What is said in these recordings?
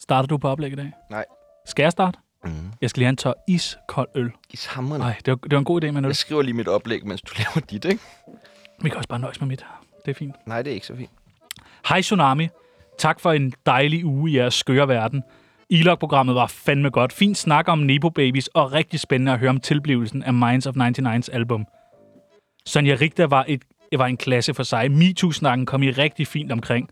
Starter du på oplæg i dag? Nej. Mhm. Skal jeg starte? Mm. Jeg skal lige have en tør iskold øl. Ishammerne. Nej, det, var, det var en god idé med en øl. Jeg skriver lige mit oplæg, mens du laver dit, ikke? Vi kan også bare nøjes med mit. Det er fint. Nej, det er ikke så fint. Hej Tsunami. Tak for en dejlig uge i jeres skøre verden. E-log-programmet var fandme godt. Fint snak om Nepo Babies, og rigtig spændende at høre om tilblivelsen af Minds of 99's album. Sonja Rigter var, et, var en klasse for sig. MeToo-snakken kom I rigtig fint omkring,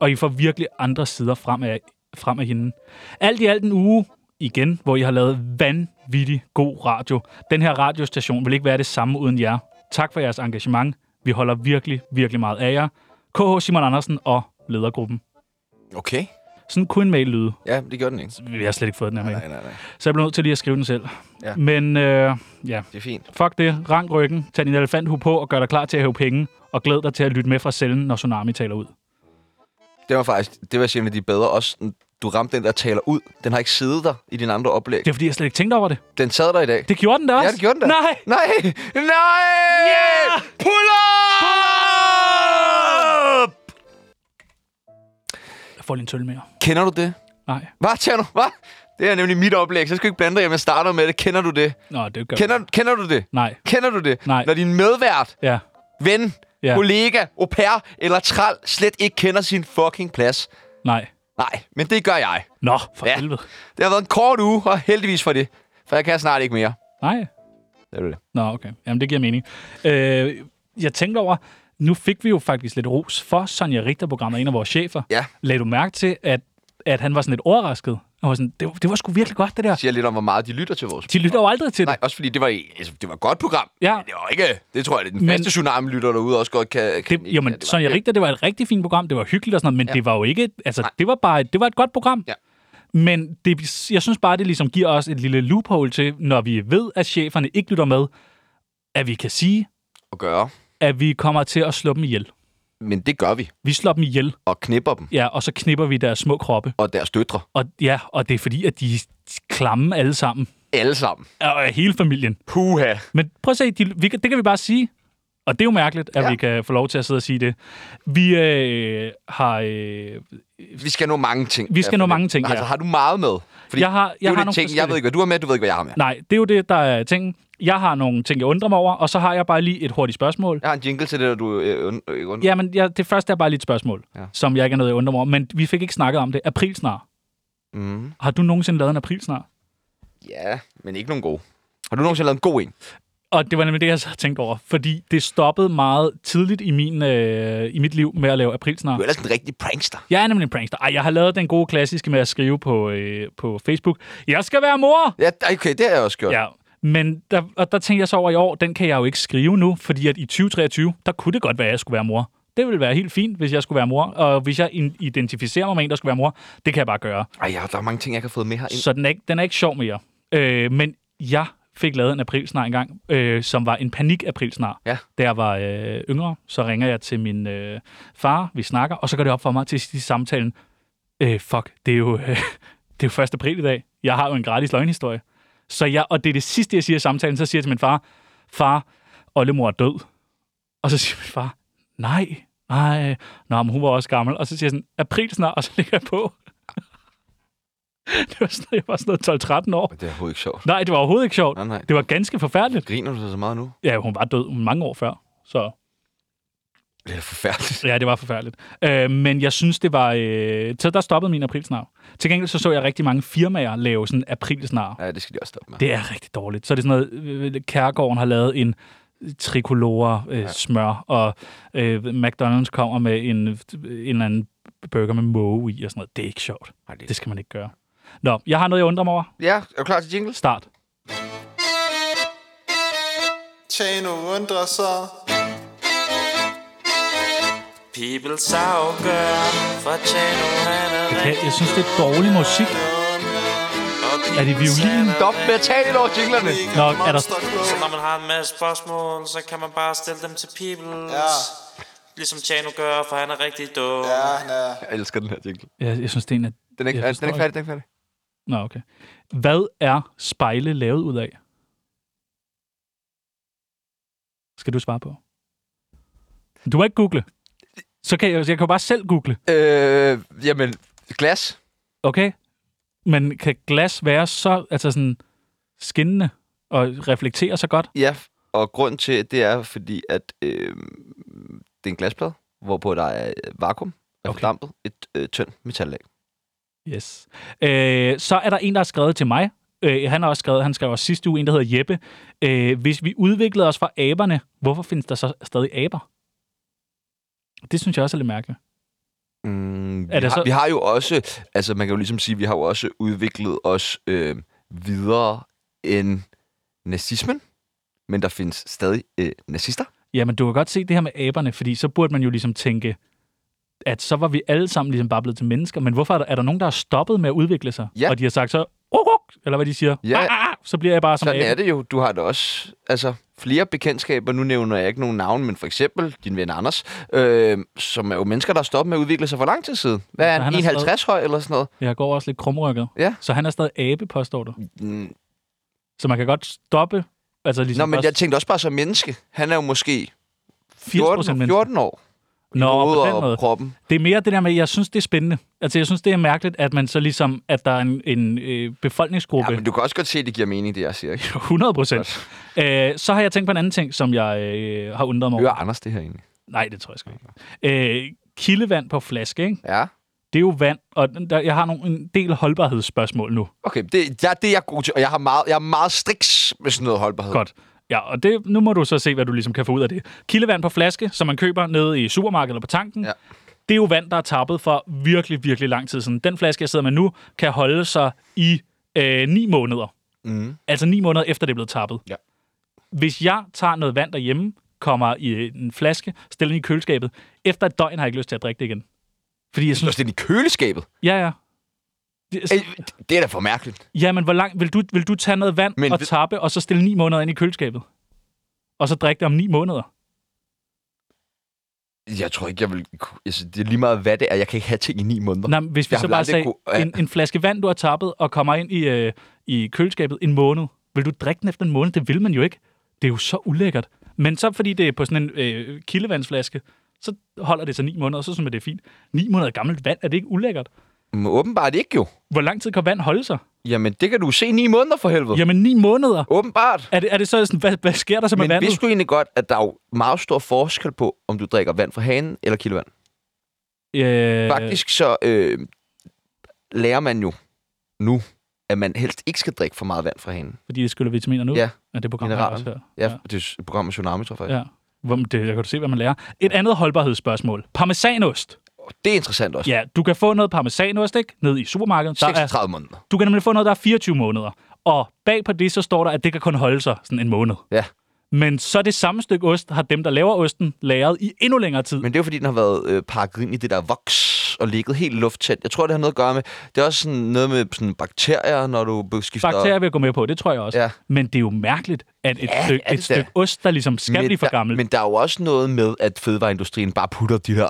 og I får virkelig andre sider frem af, frem af hende. Alt i alt en uge igen, hvor I har lavet vanvittig god radio. Den her radiostation vil ikke være det samme uden jer. Tak for jeres engagement. Vi holder virkelig, virkelig meget af jer. KH Simon Andersen og ledergruppen. Okay. Sådan kunne en mail lyde. Ja, det gjorde den ikke. Vi har slet ikke fået den her mail. Nej, nej, nej. Så jeg blev nødt til lige at skrive den selv. Ja. Men øh, ja, Det er fint. fuck det. Rang ryggen, tag din elefanthue på og gør dig klar til at hæve penge. Og glæd dig til at lytte med fra cellen, når Tsunami taler ud. Det var faktisk, det var simpelthen de er bedre. Også, du ramte den, der taler ud. Den har ikke siddet der i dine andre oplæg. Det er fordi, jeg slet ikke tænkte over det. Den sad der i dag. Det gjorde den da også. ja, det gjorde den da. Nej! Nej! Nej! Yeah! Pull up! Jeg får lige en tøl mere. Kender du det? Nej. Hvad, Tjerno? Hvad? Det er nemlig mit oplæg, så skal du ikke blande dig, hjem. jeg starter med det. Kender du det? Nå, det gør Kender, kender du det? Nej. Kender du det? Nej. Når din medvært Ja. ven, Ja. ja. kollega, au pair eller træl slet ikke kender sin fucking plads. Nej. Nej, men det gør jeg. Nå, for Ja. helvede. Det har været en kort uge, og heldigvis for det. For jeg kan snart ikke mere. Nej. Det er det. Nå, okay. Jamen, det giver mening. Øh, jeg tænkte over, nu fik vi jo faktisk lidt ros for Sonja Richter-programmet, en af vores chefer. Ja. Lagde du mærke til, at, at han var sådan lidt overrasket? Han var sådan, det, var- det var sgu virkelig godt, det Det der. siger lidt om, hvor meget de lytter til vores. De lytter jo aldrig til Nej, det. også fordi det var, altså, det var et godt program. Ja. Men Det var ikke... Det tror jeg, det er Men- den men, faste tsunami-lytter derude også godt kan... kan Det, jo, men Sonja Richter, det var et rigtig fint program. Det var hyggeligt og sådan noget, men ja. Ja. det var jo ikke... Altså, Nej. det var bare et, det var et godt program. Ja. Men det, jeg synes bare, det ligesom giver os et lille loophole til, når vi ved, at cheferne ikke lytter med, at vi kan sige, At gøre. at vi kommer til at slå dem ihjel. Men det gør vi. Vi slår dem ihjel, Og knipper dem. ja, og så knipper vi deres små kroppe. Og deres døtre. Og, ja, og det er fordi, at de er klamme alle sammen. Alle sammen. Og er hele familien. Puha. Men prøv at se, de, vi, kan- det kan vi bare sige. Og det er jo mærkeligt, at ja. Ja. vi kan få lov til at sidde og sige det. Vi øh, har... Øh, Vi skal nå mange ting. Vi skal Ja, nå fordi- mange ting, Altså, ja. har du meget med? Fordi Jeg har- det er jeg jo har det nogle ting, jeg ved forskellige- ikke, hvad du har med, du ved ikke, hvad jeg har med. nej, det er jo det, der er ting. Jeg har nogle ting, jeg undrer mig over, og så har jeg bare lige et hurtigt spørgsmål. Jeg har en jingle til det, der du... Øh, und, øh, und, Jamen, ja, det første er bare lige et spørgsmål, ja. Ja. som jeg ikke er noget, jeg undrer mig over. Men vi fik ikke snakket om det. Aprilsnar. Mm. Har du nogensinde lavet en aprilsnar? Ja, men ikke nogen gode. Har du nogensinde lavet en god en? Og det var nemlig det, jeg så tænkte over. Fordi det stoppede meget tidligt i, min, øh, i mit liv med at lave aprilsnar. Du er ellers en rigtig prankster. Jeg er nemlig en prankster. Ej, jeg har lavet den gode klassiske med at skrive på, øh, på Facebook. Jeg skal være mor! Ja, okay, det har jeg også gjort. Ja, men der, og der tænkte jeg så over i år, den kan jeg jo ikke skrive nu, fordi at i 2023, der kunne det godt være, at jeg skulle være mor. Det ville være helt fint, hvis jeg skulle være mor. Og hvis jeg in- identificerer mig med en, der skulle være mor, det kan jeg bare gøre. Ej, ja, der er mange ting, jeg ikke har fået med herind. Så den er ikke, den er ikke sjov mere. Øh, men jeg fik lavet en aprilsnar engang, øh, som var en panik-aprilsnar. Ja. Da jeg var øh, yngre, så ringer jeg til min øh, far, vi snakker, og så går det op for mig til sidst i samtalen, øh, fuck, det er jo, øh, det er jo 1. april i dag. Jeg har jo en gratis løgnhistorie. Så jeg, og det er det sidste, jeg siger i samtalen, så siger jeg til min far, far, oldemor er død. Og så siger min far, nej, nej, nå, men hun var også gammel. Og så siger jeg sådan, april snart, og så lægger jeg på. det var sådan, jeg var sådan noget 12-13 år. Det er overhovedet ikke sjovt. Nej, det var overhovedet ikke sjovt. Nej, nej. Det var ganske forfærdeligt. Griner du så meget nu? Ja, hun var død mange år før, så Det er da forfærdeligt. Ja, det var forfærdeligt. Øh, men jeg synes, det var... Øh, så der stoppede min aprilsnar. Til gengæld så så jeg rigtig mange firmaer lave sådan aprilsnar. Ja, det skal de også stoppe med. Det er rigtig dårligt. Så er det sådan noget... Øh, Kærgården har lavet en tricolore øh, ja. smør, og øh, McDonald's kommer med en, en eller anden burger med måge i og sådan noget. Det er ikke sjovt. Nej, det er- Det skal man ikke gøre. Nå, jeg har noget, jeg undrer mig over. Ja, er du klar til jingles? Start. Tjano undrer sig. People afgør Fortjener han er Jeg, jeg synes, det er dårlig musik. Er det violin? Stop med at tale ind over jinglerne. Nå, er der... Så når man har en masse spørgsmål, så kan man bare stille dem til People. Ja. Ligesom Tjano gør, for han er rigtig dum. Ja, han er... Jeg elsker den her jingle. Jeg, jeg synes, det er en af... Den er ikke, Jeg er, den er forstår ikke færdig, den er ikke færdig. Nå, okay. Hvad er spejle lavet ud af? Skal du svare på? Du må ikke google. Så kan jeg, jeg kan jo bare selv google, Øh, jamen, glas. okay? Men kan glas være så altså sådan skinnende og reflektere så godt? Ja, og grund til det er, fordi at øh, det er en glasplade, hvorpå der er øh, vakuum, er Okay. okay. fordampet et øh, tyndt metallag. Yes. Øh, så er der en, der har skrevet til mig. Øh, han har også skrevet, han skrev også sidste uge, en, der hedder Jeppe. Øh, hvis vi udviklede os fra aberne, hvorfor findes der så stadig aber? Det synes jeg også er lidt mærkeligt. Mm, Er vi, det har, så- vi har jo også, altså man kan jo ligesom sige, vi har jo også udviklet os øh, videre end nazismen, men der findes stadig øh, nazister. Jamen, du kan godt se det her med aberne, fordi så burde man jo ligesom tænke, at så var vi alle sammen ligesom bare blevet til mennesker, men hvorfor er der, er der nogen, der har stoppet med at udvikle sig? Ja. Og de har sagt så, "Ruk, ruk," eller hvad de siger, Ja. "Ah, ah, ah," så bliver jeg bare som Sådan abe. er det jo. Du har da også altså, flere bekendtskaber. Nu nævner jeg ikke nogen navn, men for eksempel din ven Anders, øh, som er jo mennesker, der har stoppet med at udvikle sig for lang tid siden. Hvad er Så han han? er 51 høj eller sådan noget? Jeg går også lidt krumrykket. Ja. Så han er stadig abe, påstår du. Mm, Så man kan godt stoppe, altså ligesom Nå, men bare jeg tænkte også bare som menneske. Han er jo måske 80% 14, mennesker. 14 år. Nå, Hovedet på den og måde. kroppen. Det er mere det der med, jeg synes, det er spændende. Altså, jeg synes, det er mærkeligt, at man så ligesom, at der er en, en øh, befolkningsgruppe. Ja, men du kan også godt se, at det giver mening, det jeg siger. Ikke? 100 procent. Øh, så har jeg tænkt på en anden ting, som jeg øh, har undret mig over. Hører Anders det her egentlig? Nej, det tror jeg sgu ikke. Øh, kildevand på flaske, ikke? Ja. Det er jo vand, og den- der, jeg har nogle, en del holdbarhedsspørgsmål nu. Okay, det, ja, det er jeg god til, og jeg, har meget, jeg er meget striks med sådan noget holdbarhed. Godt. Ja, og det, nu må du så se, hvad du ligesom kan få ud af det. Kildevand på flaske, som man køber nede i supermarkedet eller på tanken, Ja. det er jo vand, der er tappet for virkelig, virkelig lang tid siden. Den flaske, jeg sidder med nu, kan holde sig i øh, ni måneder. Mm. Altså ni måneder efter, det er blevet tappet. Ja. Hvis jeg tager noget vand derhjemme, kommer i øh, en flaske, stiller den i køleskabet, efter et døgn har jeg ikke lyst til at drikke det igen. Fordi jeg Du har synes, stillet i køleskabet. ja, ja. Det, Ej, det er da for mærkeligt. Jamen, hvor langt vil du, vil du tage noget vand Men Men og ved- tappe, og så stille ni måneder ind i køleskabet? Og så drikke det om ni måneder? Jeg tror ikke, jeg vil... kunne- Altså, det er lige meget, hvad det er. Jeg kan ikke have ting i ni måneder. Nå, men hvis vi Jeg så vil bare aldrig sagde, kunne- en, en flaske vand, du har tappet, og kommer ind i, øh, i køleskabet en måned. Vil du drikke den efter en måned? Det vil man jo ikke. Det er jo så ulækkert. Men så fordi det er på sådan en øh, kildevandsflaske, så holder det sig ni måneder, og så synes man, det er fint. Ni måneder gammelt vand, er det ikke ulækkert? Men åbenbart ikke jo. Hvor lang tid kan vand holde sig? Jamen, det kan du se i ni måneder for helvede. Jamen, ni måneder. Åbenbart. Er det, er det så sådan, hvad, hvad sker der så med Men vandet? vidste du egentlig godt, at der er jo meget stor forskel på, om du drikker vand fra hanen eller kildevand? Øh, Øh. Faktisk så øh, lærer man jo nu, at man helst ikke skal drikke for meget vand fra hanen. Fordi det skylder vitaminer nu? Ja. ja det program, har jeg Mineraler. også hørt. Ja, ja. det er programmet Tsunami, tror jeg faktisk. Ja. Hvor, det, jeg kan du se, hvad man lærer. Et andet holdbarhedsspørgsmål. Parmesanost. Og Det er interessant også. Ja, du kan få noget parmesanost, ikke? Ned i supermarkedet. Der er, 36 måneder. du kan nemlig få noget, der er 24 måneder. Og bag på det, så står der, at det kan kun holde sig sådan en måned. Ja. Men så det samme stykke ost har dem, der laver osten, lagret i endnu længere tid. Men det er jo fordi, den har været øh, pakket ind i det der voks og ligget helt lufttæt. Jeg tror, det har noget at gøre med... Det er også sådan noget med sådan bakterier, når du be- skifter... Bakterier vil jeg gå med på, det tror jeg også. Ja. Men det er jo mærkeligt, at et, Ja, stykke, er det et stykke da. ost, der ligesom skal blive for der, gammel. men der er jo også noget med, at fødevareindustrien bare putter de her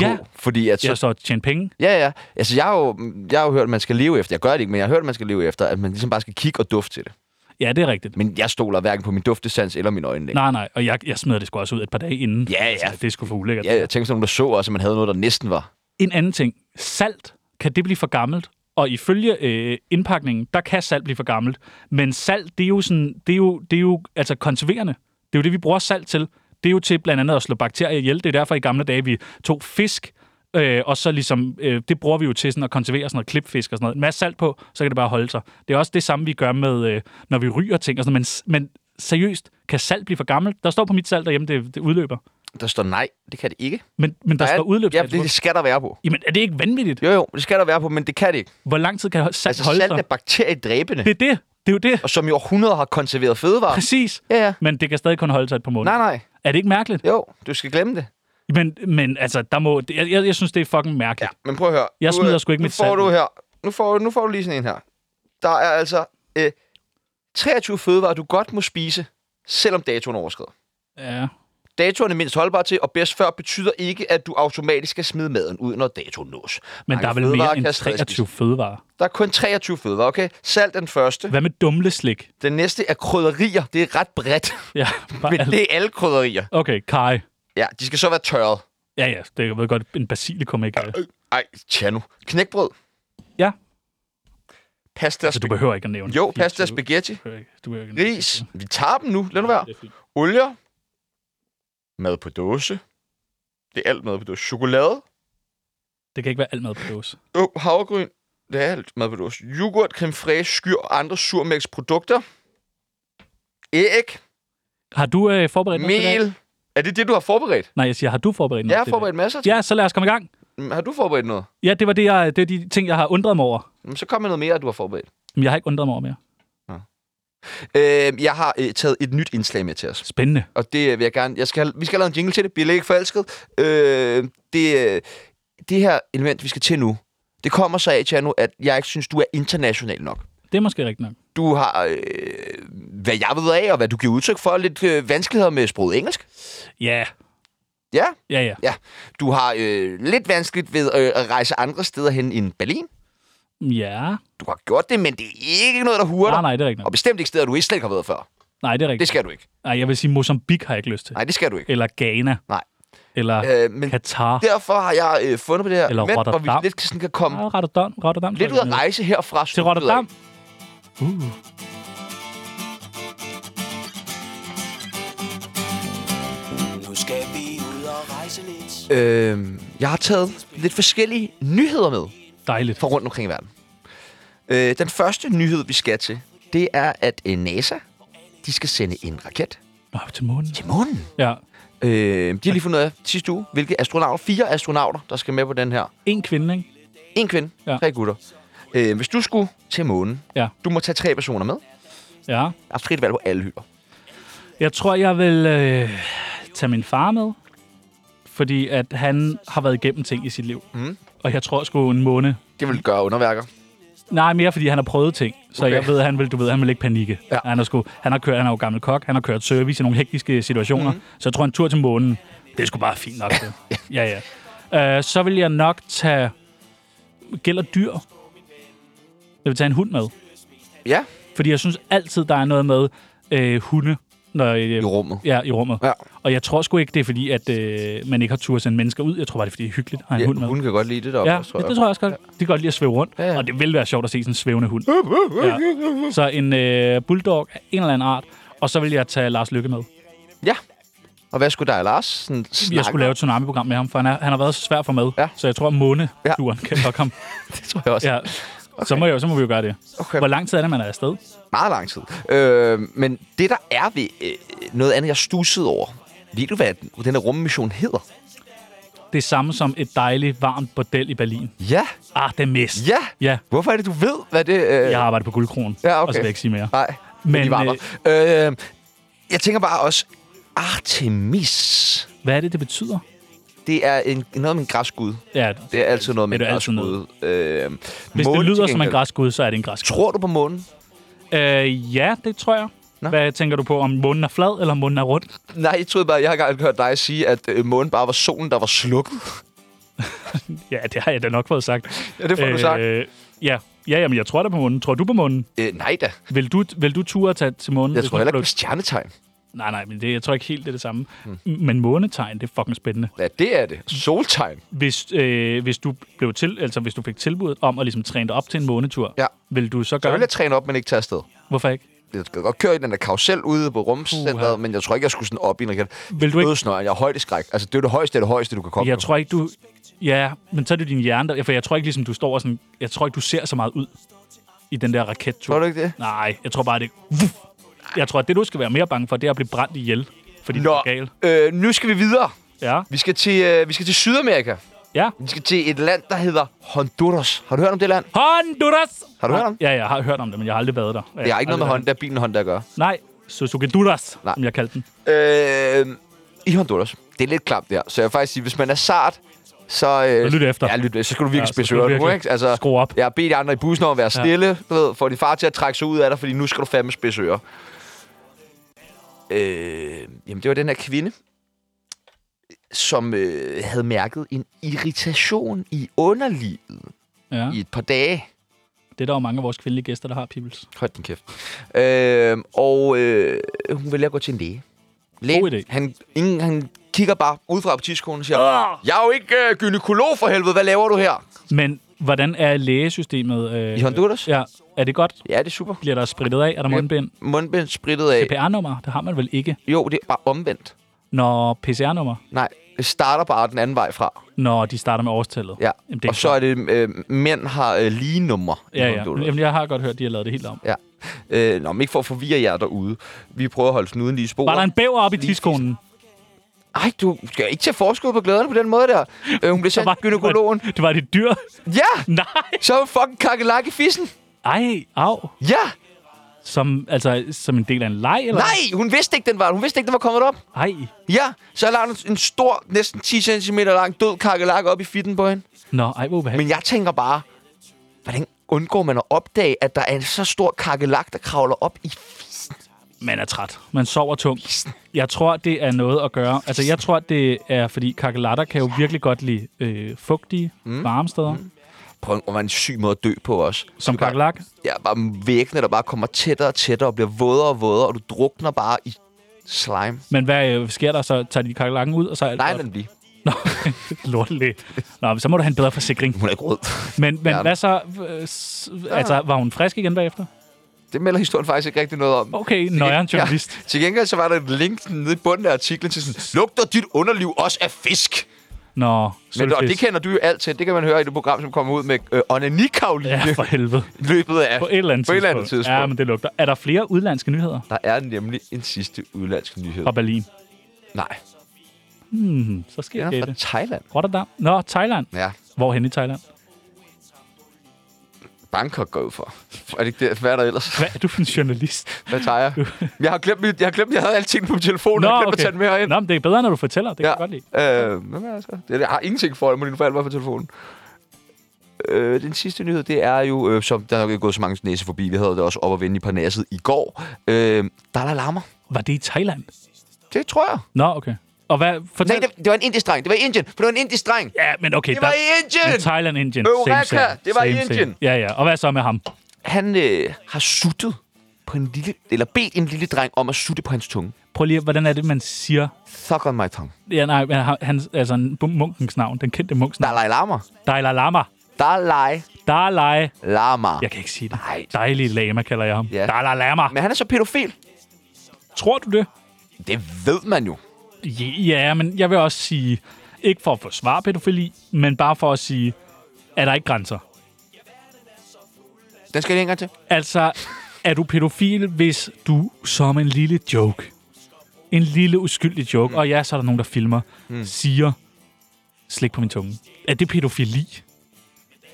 ja, på, fordi at så, jeg så tjene penge. Ja, ja. Altså, jeg har, jo, jeg har jo hørt, at man skal leve efter. Jeg gør det ikke, men jeg har hørt, at man skal leve efter, at man ligesom bare skal kigge og dufte til det. Ja, det er rigtigt. Men jeg stoler hverken på min duftesans eller min øjenlæg. Nej, nej, og jeg, jeg smider det sgu også ud et par dage inden. Ja, ja. Altså, det er sgu for ulækkert. Ja, jeg tænkte sådan nogen, der så også, at man havde noget, der næsten var. En anden ting. Salt, kan det blive for gammelt? Og ifølge øh, indpakningen, der kan salt blive for gammelt. Men salt, det er jo, sådan, det er jo, det er jo altså konserverende. Det er jo det, vi bruger salt til. Det er jo til blandt andet at slå bakterier ihjel. Det er derfor i gamle dage, vi tog fisk, øh, og så ligesom, øh, det bruger vi jo til sådan at konservere sådan noget klipfisk og sådan noget. En masse salt på, så kan det bare holde sig. Det er også det samme, vi gør med, øh, når vi ryger ting og sådan noget. Men, men seriøst, kan salt blive for gammelt? Der står på mit salt derhjemme, det, det udløber. Der står nej, det kan det ikke. Men, men der, er- står udløb. Ja, det, det skal der være på. Jamen, er det ikke vanvittigt? Jo, jo, det skal der være på, men det kan det ikke. Hvor lang tid kan salt Altså, holde salt sig? er bakteriedræbende, Det er det. Det er jo det. og som i århundreder har konserveret fødevarer. Præcis. Ja, ja. Men det kan stadig kun holde sig et par måneder. Nej, nej. Er det ikke mærkeligt? Jo, du skal glemme det. Men, men altså, der må, det- jeg, jeg, jeg synes, det er fucking mærkeligt. Ja. Men prøv at høre. Jeg Nu, smider øh, sgu ikke nu mit får salt du ud. her. Nu får, nu får du lige sådan en her. Der er altså øh, 23 fødevarer, du godt må spise, selvom datoen overskrider. Ja. Datoen er mindst holdbar til, og bedst før betyder ikke, at du automatisk skal smide maden ud, når datoen nås. Men Mange der er vel fødevarer mere end kan stadig 23 fødevarer. Der er kun 23 fødevarer, okay? Salt er den første. Hvad med dumleslik? Den næste er krydderier. Det er ret bredt, Ja, bare men alt. det er alle krydderier. Okay, kaj. Ja, de skal så være tørret. Ja, ja, det jeg ved godt, en basilikum ikke er. Øh, Ej, tja nu. Knækbrød. Ja, Pasta altså, du behøver ikke at nævne. Jo, pasta og 24. spaghetti. Du behøver ikke- Du behøver ikke at nævne Ris. Vi tager dem nu. Lad nu være. Det er fint. Olier. Mad på dåse. Det er alt mad på dåse. Chokolade. Det kan ikke være alt mad på dåse. Oh, havregryn. Det er alt mad på dåse. Yoghurt, creme fraiche, skyr og andre surmælksprodukter. Æg. Har du øh, forberedt noget til i dag? Mel. Er det det, du har forberedt? Nej, jeg siger, har du forberedt noget Jeg har til i dag? forberedt masser. Ja, så lad os komme i gang. Mm, Har du forberedt noget? Ja, det var det, jeg, det er de ting, jeg har undret mig over. Mm, Så kom med noget mere, du har forberedt. Men jeg har ikke undret mig over mere. Øh, jeg har øh, taget et nyt indslag med til os. Spændende. Og det øh, vil jeg gerne... Jeg skal, vi skal have lavet en jingle til det. Bille ikke forelsket. Øh, det, øh, det her element, vi skal til nu, det kommer så af, Tjerno, at jeg ikke synes, du er international nok. Det er måske rigtigt nok. Du har, øh, hvad jeg ved af, og hvad du giver udtryk for, lidt øh, vanskeligheder med sproget engelsk. Ja, Ja, ja, ja. ja. Du har øh, lidt vanskeligt ved øh, at rejse andre steder hen end Berlin. Ja. Du har gjort det, men det er ikke noget, der hurter. Nej, nej, det er rigtigt Og nok. bestemt ikke steder, du ikke slet ikke har været før. Nej, det er Det rigtigt. skal du ikke. Nej, jeg vil sige, Mozambique har jeg ikke lyst til. Nej, det skal du ikke. Eller Ghana. Nej. Eller Øh, men Katar. derfor har jeg øh, fundet på det her Eller element, hvor vi Rotterdam. lidt sådan kan komme Ja, Rotterdam. Rotterdam tror lidt jeg, ud den at hedder. rejse herfra. Til studiet Rotterdam. af. Uh. Nu skal vi ud og rejse lidt. Øh, jeg har taget lidt forskellige nyheder med Dejligt. fra rundt omkring i verden. Øh, den første nyhed, vi skal til, det er, at øh, NASA de skal sende en raket Nå, til månen. til månen. Ja. Øh, de har lige fundet ud af sidste uge, hvilke astronauter, fire astronauter, der skal med på den her. En kvinde, ikke? En kvinde, Ja. ja. tre gutter. Øh, hvis du skulle til månen, Ja. du må tage tre personer med. Ja. Der er frit valg på alle hylder. Jeg tror, jeg vil øh, tage min far med. Fordi at han har været igennem ting i sit liv. Mm. Og jeg tror sgu en måned. Det vil gøre underværker. Nej, mere fordi han har prøvet ting. Så okay. Okay. jeg ved, at han vil, du ved, han vil ikke panikke. Ja. Han, har sgu, han, har kørt, han er jo gammel kok, han har kørt service i nogle hektiske situationer. Mhm. Mm-hmm. Så jeg tror, en tur til månen, det er sgu bare fint nok. Det. ja, ja. Uh, så vil jeg nok tage... Gælder dyr? Jeg vil tage en hund med. Ja, Fordi jeg synes altid, der er noget med øh, hunde når, øh, i rummet. Ja, i rummet. Ja. Og jeg tror sgu ikke, det er fordi, at øh, man ikke har tur at sende mennesker ud. Jeg tror bare, det er fordi, det er hyggeligt at have en Ja, hund med. hun kan godt lide det deroppe, Ja, tror jeg. det tror jeg også godt. De kan godt lide at svæve rundt. Ja, ja. Og det vil være sjovt at se sådan en svævende hund. Ja. Så en øh, bulldog af en eller anden art. Og så vil jeg tage Lars Lykke med. Ja. Og hvad skulle der Lars? Sådan snakke? Jeg skulle lave et tsunami-program med ham, for han, er, han har været så svær for med. Ja. Så jeg tror, at måneturen ja. kan nok ham. det tror jeg også. Ja. Så, må jeg, så må vi jo gøre det. Okay. Hvor lang tid er det, man er afsted? Meget lang tid. Øh, men det, der er ved øh, noget andet, jeg stussede over. Ved du, hvad den den her rummission hedder? Det er samme som et dejligt, varmt bordel i Berlin. Ja. Ah, det er mest. Ja. Ja. Hvorfor er det, du ved, hvad det... Øh... Jeg arbejder på guldkronen, Ja, okay. og så vil jeg ikke sige mere. Nej, Men, men, de var der. Øh, jeg tænker bare også, Artemis, Hvad er det, det betyder? det er en, noget med en græsk gud. Ja, Det er altid noget med Det er det en græsk altid noget. gud. Øh, hvis månen det til lyder som en gengæld. græsk gud, så er det en græsk gud. Tror du på månen? Øh, ja, det tror jeg. Nå. Nå. Hvad tænker du på, om månen er flad, eller om månen er rund? Nej, jeg troede bare, jeg har engang hørt dig sige, at øh, månen bare var solen, der var slukket. Ja, det har jeg da nok fået sagt. Øh, Ja, det får du sagt. Ja, ja jamen, jeg tror da på månen. Tror du på månen? Øh, nej da. Vil du, vil du ture at tage til månen? Jeg hvis tror nu heller ikke blev- på stjernetegn. Nej, nej, men det, jeg tror ikke helt, det er det samme. Hmm. Men månetegn, det er fucking spændende. Ja, det er det. Soltegn. Hvis, øh, hvis, du blev til, altså, hvis du fik tilbuddet om at ligesom, træne dig op til en månetur, Ja. vil du så Så gøre vil jeg det? træne op, men ikke tage afsted. Hvorfor ikke? Jeg skal godt køre i den der karusel ude på rumcenteret, Puha. men jeg tror ikke, jeg skulle sådan op i en raket. Vil du ikke- Dødsnøj, jeg er højdeskræk. Altså, det er det højeste af det højeste, du kan komme Jeg på. tror ikke, du... Ja, men så er det din hjerne, der... For jeg tror ikke, ligesom, du står og sådan... Jeg tror ikke, du ser så meget ud i den der rakettur. Tror du ikke det? Nej, jeg tror bare, det... Vuff. Jeg tror, at det, du skal være mere bange for, det er at blive brændt ihjel. Fordi du er gal. øh, nu skal vi videre. Ja, Vi skal, til, øh, vi skal til Sydamerika. ja. Vi skal til et land, der hedder Honduras. Har du hørt om det land? Honduras! Har du hørt om det? Ja, jeg har hørt om det, men jeg har aldrig været der. Det har ikke noget med Honda, bilen Honda at gøre. Nej, Suzuki Duras, Nej. som jeg kaldte den. Øh, i Honduras. Det er lidt klamt der. Så jeg vil faktisk sige, hvis man er sart, så... Øh, Så lyt efter. Ja, lyt, så skal du virkelig Ja, ja, så spidse skal du ører nu, virkelig ikke? Altså, skrue op. Ja, bed de andre i bussen om at være stille, ja. du ved, får de far til at trække sig ud af dig, fordi nu skal du fandme spidse ører. Øh, jamen, det var den her kvinde, som øh, havde mærket en irritation i underlivet Ja. i et par dage. Det er der jo mange af vores kvindelige gæster, der har, Pibels. Hold den kæft. Øh, og øh, hun vælger at gå til en læge. God Læge, idé. han, ingen, han kigger bare ud fra apotekskolen og siger, Ah! jeg er jo ikke øh, gynekolog for helvede, hvad laver du her? Men hvordan er lægesystemet? Øh, I Honduras? Ja. Er det godt? Ja, det er super. Bliver der spritet af? Er der Ja. mundbind? Mundbind sprittet af. CPR-nummer? Det har man vel ikke? Jo, det er bare omvendt. Når PCR-nummer? Nej, det starter bare den anden vej fra. Når de starter med årstallet? Ja. Jamen, det og så er det, øh, mænd har øh, lige nummer Ja, i ja. Honduras. Jamen, jeg har godt hørt, at de har lavet det helt om. Ja. Øh, nå, men ikke for at forvirre jer derude. Vi prøver at holde snuden lige i sporet. Var der en bæver op i tidskonen? Ej, du skal ikke tage forskud på glæderne på den måde der. Øh, hun blev sendt til gynekologen. Det var, det var det dyr. Ja! Nej. Så er hun fucking kakkelak i fissen. Ej, au. Ja! Som, altså, som en del af en leg, eller? Nej, hun vidste ikke, den var Hun vidste ikke, den var kommet op. Ej. Ja, så har hun en stor, næsten 10 cm lang død kakkelak op i fitten på hende. Nå, ej, hvor ubehageligt. Men jeg tænker bare, hvordan undgår man at opdage, at der er en så stor kakkelak, der kravler op i fissen? Man er træt. Man sover tungt. Jeg tror, det er noget at gøre. Altså, jeg tror, det er, fordi kakelatter kan jo virkelig godt lide øh, fugtige, Mm. varme steder. Prøv at være en syg måde at dø på os. Som kakelak. Ja, bare væggene, der bare kommer tættere og tættere og bliver vådere og vådere, og du drukner bare i slime. Men hvad øh, sker der? Så tager de kakelakken ud, og så er alt Nej, godt. den bliver. Nå, lortelæg. Nå, men så må du have en bedre forsikring. Hun er ikke rød. Men, men Ja. hvad så? Øh, s- Altså, var hun frisk igen bagefter? Det melder historien faktisk ikke rigtig noget om. Okay, nøjeren journalist. Ja. Til gengæld så var der et link nede i bunden af artiklen til sådan, lugter dit underliv også af fisk? Nå, Men, og sølvfisk. det kender du jo alt til. Det kan man høre i det program, som kommer ud med øh, Onanikaroline Ja, ja, for helvede. i løbet af... På et eller andet, på et eller andet tidspunkt. Ja, men det lugter. Er der flere udlandske nyheder Der er nemlig en sidste udlandsk nyhed. fra Berlin? Nej, Hmm, så den sker er det. fra Thailand. Rotterdam. Nå, Thailand. Ja, Hvorhen i Thailand? Bangkok går jeg ud for. Er det ikke det? Hvad er der ellers? Hvad er du for en journalist? Hvad tager jeg? Jeg har glemt, mit- jeg har glemt, jeg havde alting på min telefon, og jeg har glemt at tage den med herind. Nå, men det er bedre, når du fortæller. Det kan jeg godt lide. Øh, hvad med altså? Det, jeg har ingenting for det, må dine forældre på telefonen. Øh, den sidste nyhed, det er jo, øh, som der er nok ikke gået så mange næse forbi, vi havde det også op og vende i Parnasset i går. Øh, Dalai Lama. Var det i Thailand? Det tror jeg. Nå, okay. Og hvad? Fortæl. Nej, det, det var en indisk dreng. Det var i Indien, for det var en indisk dreng. Ja, men okay. Det var der- i Indien! Men Thailand, Indien. Eureka, Same, same. det var i Same, same. Indien. Ja, ja. Og hvad så med ham? Han øh, har suttet på en lille, eller bedt en lille dreng om at sutte på hans tunge. Prøv lige, hvordan er det, man siger? Fuck on my tongue. Ja, nej, men han- hans, altså munkens navn, den kendte munkens navn. Dalai Lama. Dalai Lama. Dalai Dalai. Lama. Jeg kan ikke sige det. Nej. Dejlig lama kalder jeg ham. Ja. Dalai Lama. Men han er så pædofil. Tror du det? Det ved man jo. Ja, men jeg vil også sige, ikke for at forsvare pædofili, men bare for at sige, er der ikke grænser? Den skal jeg lige en gang til. Altså, er du pædofil, hvis du som en lille joke, en lille uskyldig joke, Mm. og ja, så er der nogen, der filmer, siger, slik på min tunge. Er det pædofili?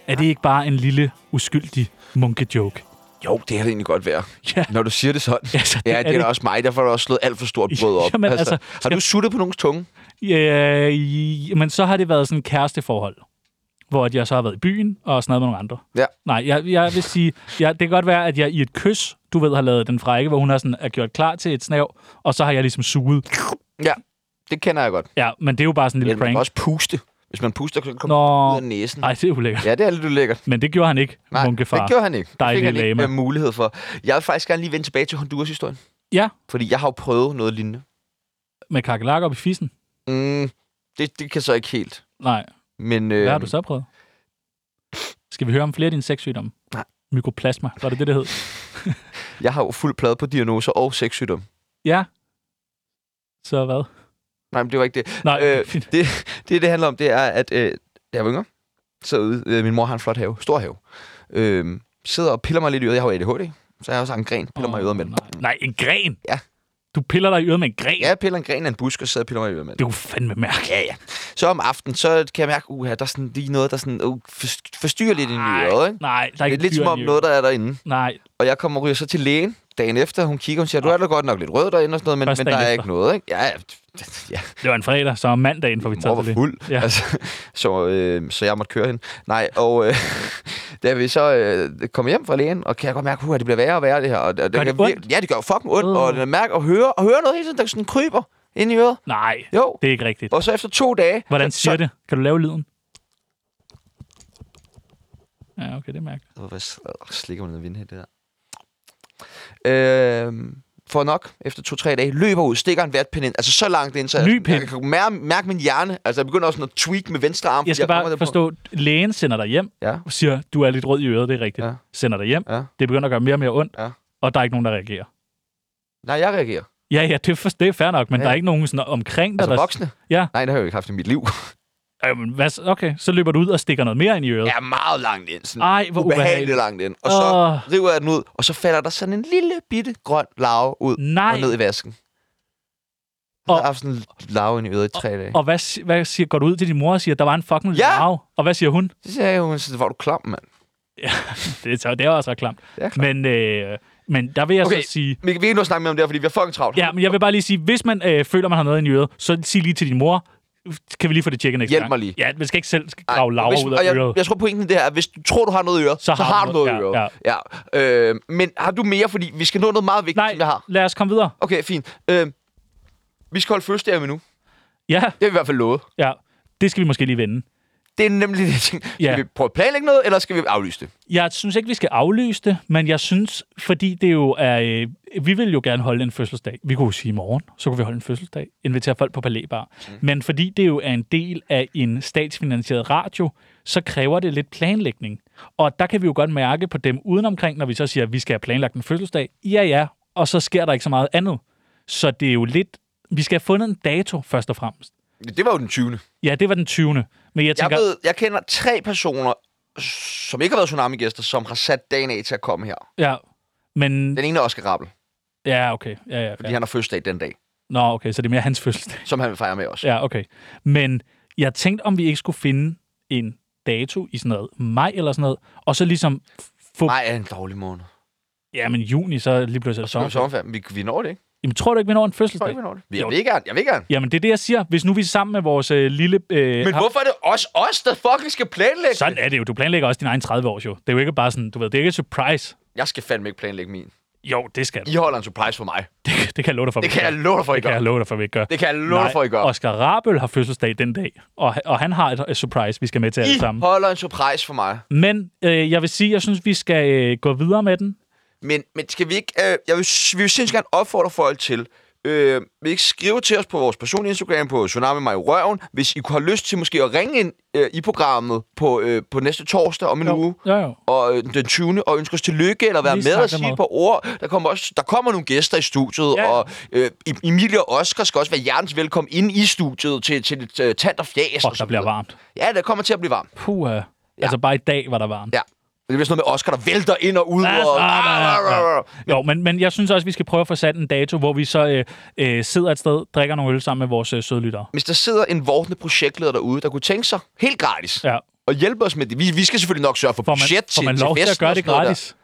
Er det ikke bare en lille uskyldig munke-joke? Jo, det kan det egentlig godt være. Ja. Når du siger det sådan. Ja, så det ja er det er, det. da også mig. Derfor har du også slået alt for stort brød op. Jamen, altså, har du suttet på nogens tunge? Øh, i- men så har det været sådan et kæresteforhold, hvor at jeg så har været i byen og sådan noget med nogle andre. Ja. Nej, jeg, jeg vil sige, jeg, det kan godt være, at jeg i et kys, du ved, har lavet den frække, hvor hun har sådan, er gjort klar til et snav, og så har jeg ligesom suget. Ja, det kender jeg godt. Ja, men det er jo bare sådan en Men lille man kan prank. også puste. Hvis man puster, så kommer Nå. ud af næsen. Nej, Mm. det er ulækkert. Ja, det er lidt ulækkert. Men det gjorde han ikke, Nej, munkefar. det gjorde han ikke. Det Dejlig fik han ikke lama. øh, mulighed for. Jeg vil faktisk gerne lige vende tilbage til Honduras-historien. Ja, Fordi jeg har jo prøvet noget lignende. med kakelak op i fissen. Mm, det, det kan så ikke helt. Nej, Men, øh, hvad har du så prøvet? Skal vi høre om flere af dine sexsygdomme? Nej. Mykoplasma, var det det, det hed? Jeg har jo fuld plade på diagnoser og sexsygdom. Ja. Så hvad? Nej, men det var ikke det. Nej, Øh, fint. det, det, det handler om, det er, at øh, da jeg var yngre, så ude, øh, min mor har en flot have, stor have, øh, sidder og piller mig lidt i øret. Jeg har jo ADHD, så jeg har også en gren, piller oh, mig i øret med den. Nej. nej, en gren? Ja. Du piller dig i øret med en gren? Ja, jeg piller en gren af en busk, og sidder og piller mig i øret med Det den. er jo fandme mærkeligt. Ja, ja. Så om aftenen, så kan jeg mærke, uha, der er sådan lige noget, der sådan, uh, forst- forstyrrer lidt ind i øret, ikke? nej, der er Det ikke er lidt dyr som om i noget, der er derinde. Nej, Og jeg kommer og ryger så til lægen dagen efter, hun kigger, hun siger, du er da godt nok lidt rød derinde og sådan noget, men, Først men der dagen er efter. ikke noget, ikke? Ja, ja, ja, Det var en fredag, så om mandagen får vi mor taget var til det. fuld, Ja. ja. altså, så, øh, så jeg måtte køre hende. Nej, og øh, da vi så øh, kom hjem fra lægen, og kan jeg godt mærke, at det bliver værre og værre, det her. Og, og Gør det kan vir- ondt? Ja, det gør fucking ondt, Åh. og jeg mærker og høre, og høre noget hele tiden, der sådan kryber ind i øret. Nej, Jo, det er ikke rigtigt. og så efter to dage... Hvordan så, siger det? Kan du lave lyden? Ja, okay, det er mærkeligt. Åh, Hvad s- åh, slikker man noget vind her, det der? Øh, får nok efter to-tre dage, løber ud, stikker en vatpind ind, altså så langt ind, så jeg, Ny jeg, pind. kan mærke, mærke min hjerne, altså jeg begynder også sådan at tweak med venstre arm, Jeg skal fordi kommer bare derpå. forstå, lægen sender dig hjem Ja, og siger, du er lidt rød i øret, det er rigtigt. Ja. Sender dig hjem, ja. det begynder at gøre mere og mere ondt, Ja. og der er ikke nogen, der reagerer. Nej, jeg reagerer. Altså, Ja, ja, det er, for, det er fair nok, men Ja, ja. der er ja. ikke nogen sådan omkring dig, Altså der... voksne? Ja. Nej, det har jeg jo ikke haft i mit liv. Jamen, hvad, så- okay, så løber du ud og stikker noget mere ind i øret. Jeg er meget langt ind. Sådan Ej, Ah, hvor ubehageligt. ubehageligt langt ind. Og så Åh. river jeg den ud, og så falder der sådan en lille bitte grøn larve ud Nej. og ned i vasken. Og Og- jeg har haft sådan en larve ind i øret i tre dage. Og hvad, si- hvad siger, går du ud til din mor og siger, der var en fucking Ja. larve? Og hvad siger hun? Så sagde hun, så var du klam, mand. Det er, så- det er også ret klamt. Det er klart. Men, øh, men der vil jeg okay. Okay. så sige... Vi, vi kan ikke nå at snakke mere om det her, fordi vi har fucking travlt. Ja, men jeg vil bare lige sige, hvis man øh, føler, man har noget i øret, så sig lige til din mor, kan vi lige få det tjekket næste Hjælp gang. mig lige. Ja, vi skal ikke selv skal Ej, grave hvis- larver ud og af jeg, øret. jeg tror pointen det her, er, at hvis du tror, du har noget i øret, så, så har du noget i øret. Ja. ja. Øh, men har du mere? Fordi vi skal nå noget meget vigtigt, Nej, som jeg har. lad os komme videre. Okay, fint. Øh, vi skal holde fødselsdag nu. Det Ja, har vi i hvert fald lovet. ja. Det skal vi måske lige vende. Det er nemlig det, jeg tænker. Skal Ja. vi prøve at planlægge noget, eller skal vi aflyse det? Jeg synes ikke, vi skal aflyse det, men jeg synes, fordi det jo er... Øh, vi vil jo gerne holde en fødselsdag. Vi kunne jo sige i morgen, så kunne vi holde en fødselsdag. Invitere folk på palæbar. Mm. Men fordi det jo er en del af en statsfinansieret radio, så kræver det lidt planlægning. Og der kan vi jo godt mærke på dem udenomkring, når vi så siger, at vi skal have planlagt en fødselsdag. Ja, ja, og så sker der ikke så meget andet. Så det er jo lidt... Vi skal have fundet en dato, først og fremmest. Det var jo den 20. Jeg, Ja, det var den 20. Men jeg tænker... jeg, ved, jeg kender tre personer, som ikke har været Tsunami-gæster, som har sat dagen af til at komme her. Ja, men... Den ene er Oscar Rappel, Ja, okay. Ja, ja, fordi ja. ja. han har fødselsdag den dag, Nå, okay, så det er mere hans fødselsdag. som han vil fejre med os. Ja. Ja, okay. Men jeg tænkte, om vi ikke skulle finde en dato i sådan noget maj eller sådan noget, og så ligesom f- få... Nej, er en dårlig måned. Ja, men juni, så lige pludselig er det Så er sommer. sommerferien. Vi, vi når det, ikke? Jamen, tror du ikke, vi når en Jeg tror ikke, fødselsdag? vi når det. Jo. Jeg vil gerne. Jeg vil gerne. Jamen, det er det, jeg siger. Hvis nu vi er sammen med vores øh, lille... Øh, Men ham- hvorfor er det også os, der fucking skal planlægge? Sådan det? er det jo. Du planlægger også din egen 30 års jo. Det er jo ikke bare sådan, du ved, det er ikke et surprise. Jeg skal fandme ikke planlægge min. Jo, det skal du. I holder en surprise for mig. Det, det kan jeg love dig for, vi Det kan jeg gør. love dig for, I det kan gør. jeg love dig for, vi ikke gør. Det kan jeg love dig for, I gør. Oscar Rabøl har fødselsdag den dag, og, og han har et, et surprise, vi skal med til alle I sammen. holder en surprise for mig. Men øh, jeg vil sige, jeg synes, vi skal øh, gå videre med den. Men, men skal vi ikke... Øh, jeg vil, s- vi vil sindssygt gerne opfordre folk til... Øh, vil I ikke skrive til os på vores personlige Instagram på Tsunami mig i røven, hvis I kunne have lyst til måske at ringe ind øh, i programmet på, øh, på næste torsdag om en jo. uge Jo, jo. og øh, den 20. og ønske os tillykke eller være Lige med snakke og sige meget. et par ord. Der kommer, også, der kommer nogle gæster i studiet, Ja. ja. og øh, Emilie og Oscar skal også være hjertens velkommen ind i studiet til, til et øh, tand og fjæs. og Fuck, så der bliver videre. varmt. Ja, det kommer til at blive varmt. Puh, ja. altså bare i dag var der varmt. Ja. Det er vist noget med Oscar, der vælter ind og ud. Ja, og, ja, ja, ja. Jo, men, men jeg synes også, vi skal prøve at få sat en dato, hvor vi så øh, øh, sidder et sted, drikker nogle øl sammen med vores øh, søde lyttere. Hvis der sidder en vortende projektleder derude, der kunne tænke sig helt gratis Ja. og hjælpe os med det. Vi, vi skal selvfølgelig nok sørge for Får man, budget får til, man til lov til festen at gøre og det sådan noget gratis? Der.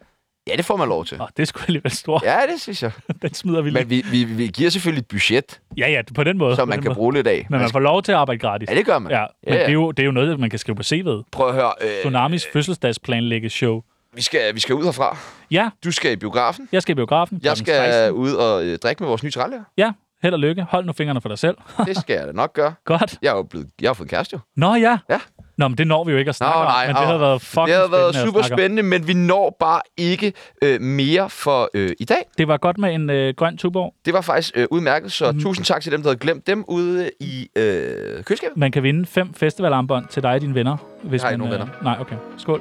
Ja, det får man lov til. Nå, det er sgu alligevel stort. Ja. Ja, det synes jeg. Den smider vi lige. Men vi, vi, vi giver selvfølgelig et budget, Ja, ja, på den måde. som på man den kan måde. bruge lidt af. Altså, Men man får lov til at arbejde gratis. Ja, det gør man. Ja, men ja. Det, er jo, det er jo noget, man kan skrive på CV'et. Prøv at høre. Øh, Tsunamis fødselsdagsplanlægge show. vi, skal, vi skal ud herfra. Ja, Du skal i biografen. jeg skal i biografen. Jeg klokken skal 16. ud og øh, drikke med vores nye trælærer. Ja, held og lykke. Hold nu fingrene for dig selv. Det skal jeg da nok gøre. Godt. Jeg er jo blevet, jeg har fået en kæreste jo. Nå ja. Ja. Nå, men det når vi jo ikke at Nå, snakke nej, om, men det åh. har været fucking Det har været spændende at super snakke om. spændende, men vi når bare ikke øh, mere for øh, i dag. Det var godt med en øh, grøn tuborg. Det var faktisk øh, udmærket, så Mhm. mm. tusind tak til dem, der havde glemt dem ude i øh, køleskabet. Man kan vinde fem festivalarmbånd til dig og dine venner. Hvis Jeg har man, ikke nogen øh, Nej, okay. Skål.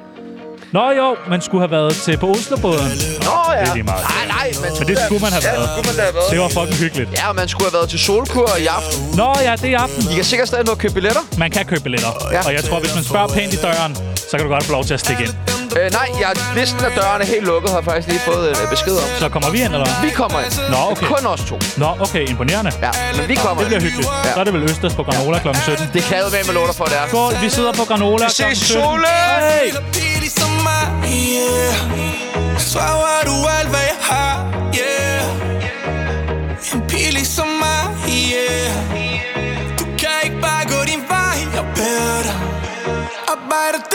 Nå jo, man skulle have været til på Oslobåden. Nå ja. Det er lige meget. Nej, nej. Men, Men det skulle man have ja, været. det skulle man da have været. Det var fucking hyggeligt. Ja, og man skulle have været til solkur i aften. Nå ja, det er i aften. I kan sikkert stadig nå at købe billetter. Man kan købe billetter. Ja. Og jeg tror, hvis man spørger pænt i døren, så kan du godt få lov til at stikke ind. Øh, nej, jeg, listen af dørene er helt lukket, har jeg faktisk lige fået en øh, besked om. Så kommer vi ind, eller hvad? Vi kommer ind. Nå, okay. Kun os to. Nå, okay, imponerende. Ja, men vi kommer Det ind. bliver hyggeligt. Ja. Så er det vel Østers på Granola kl. 17. Det kan jeg med med låter for, det er. Skål, vi sidder på Granola Vi kl. 17. ses i solen! Hey! Lille pige som mig, yeah Svarer du alt, hvad jeg har, ligesom yeah En pige som mig, yeah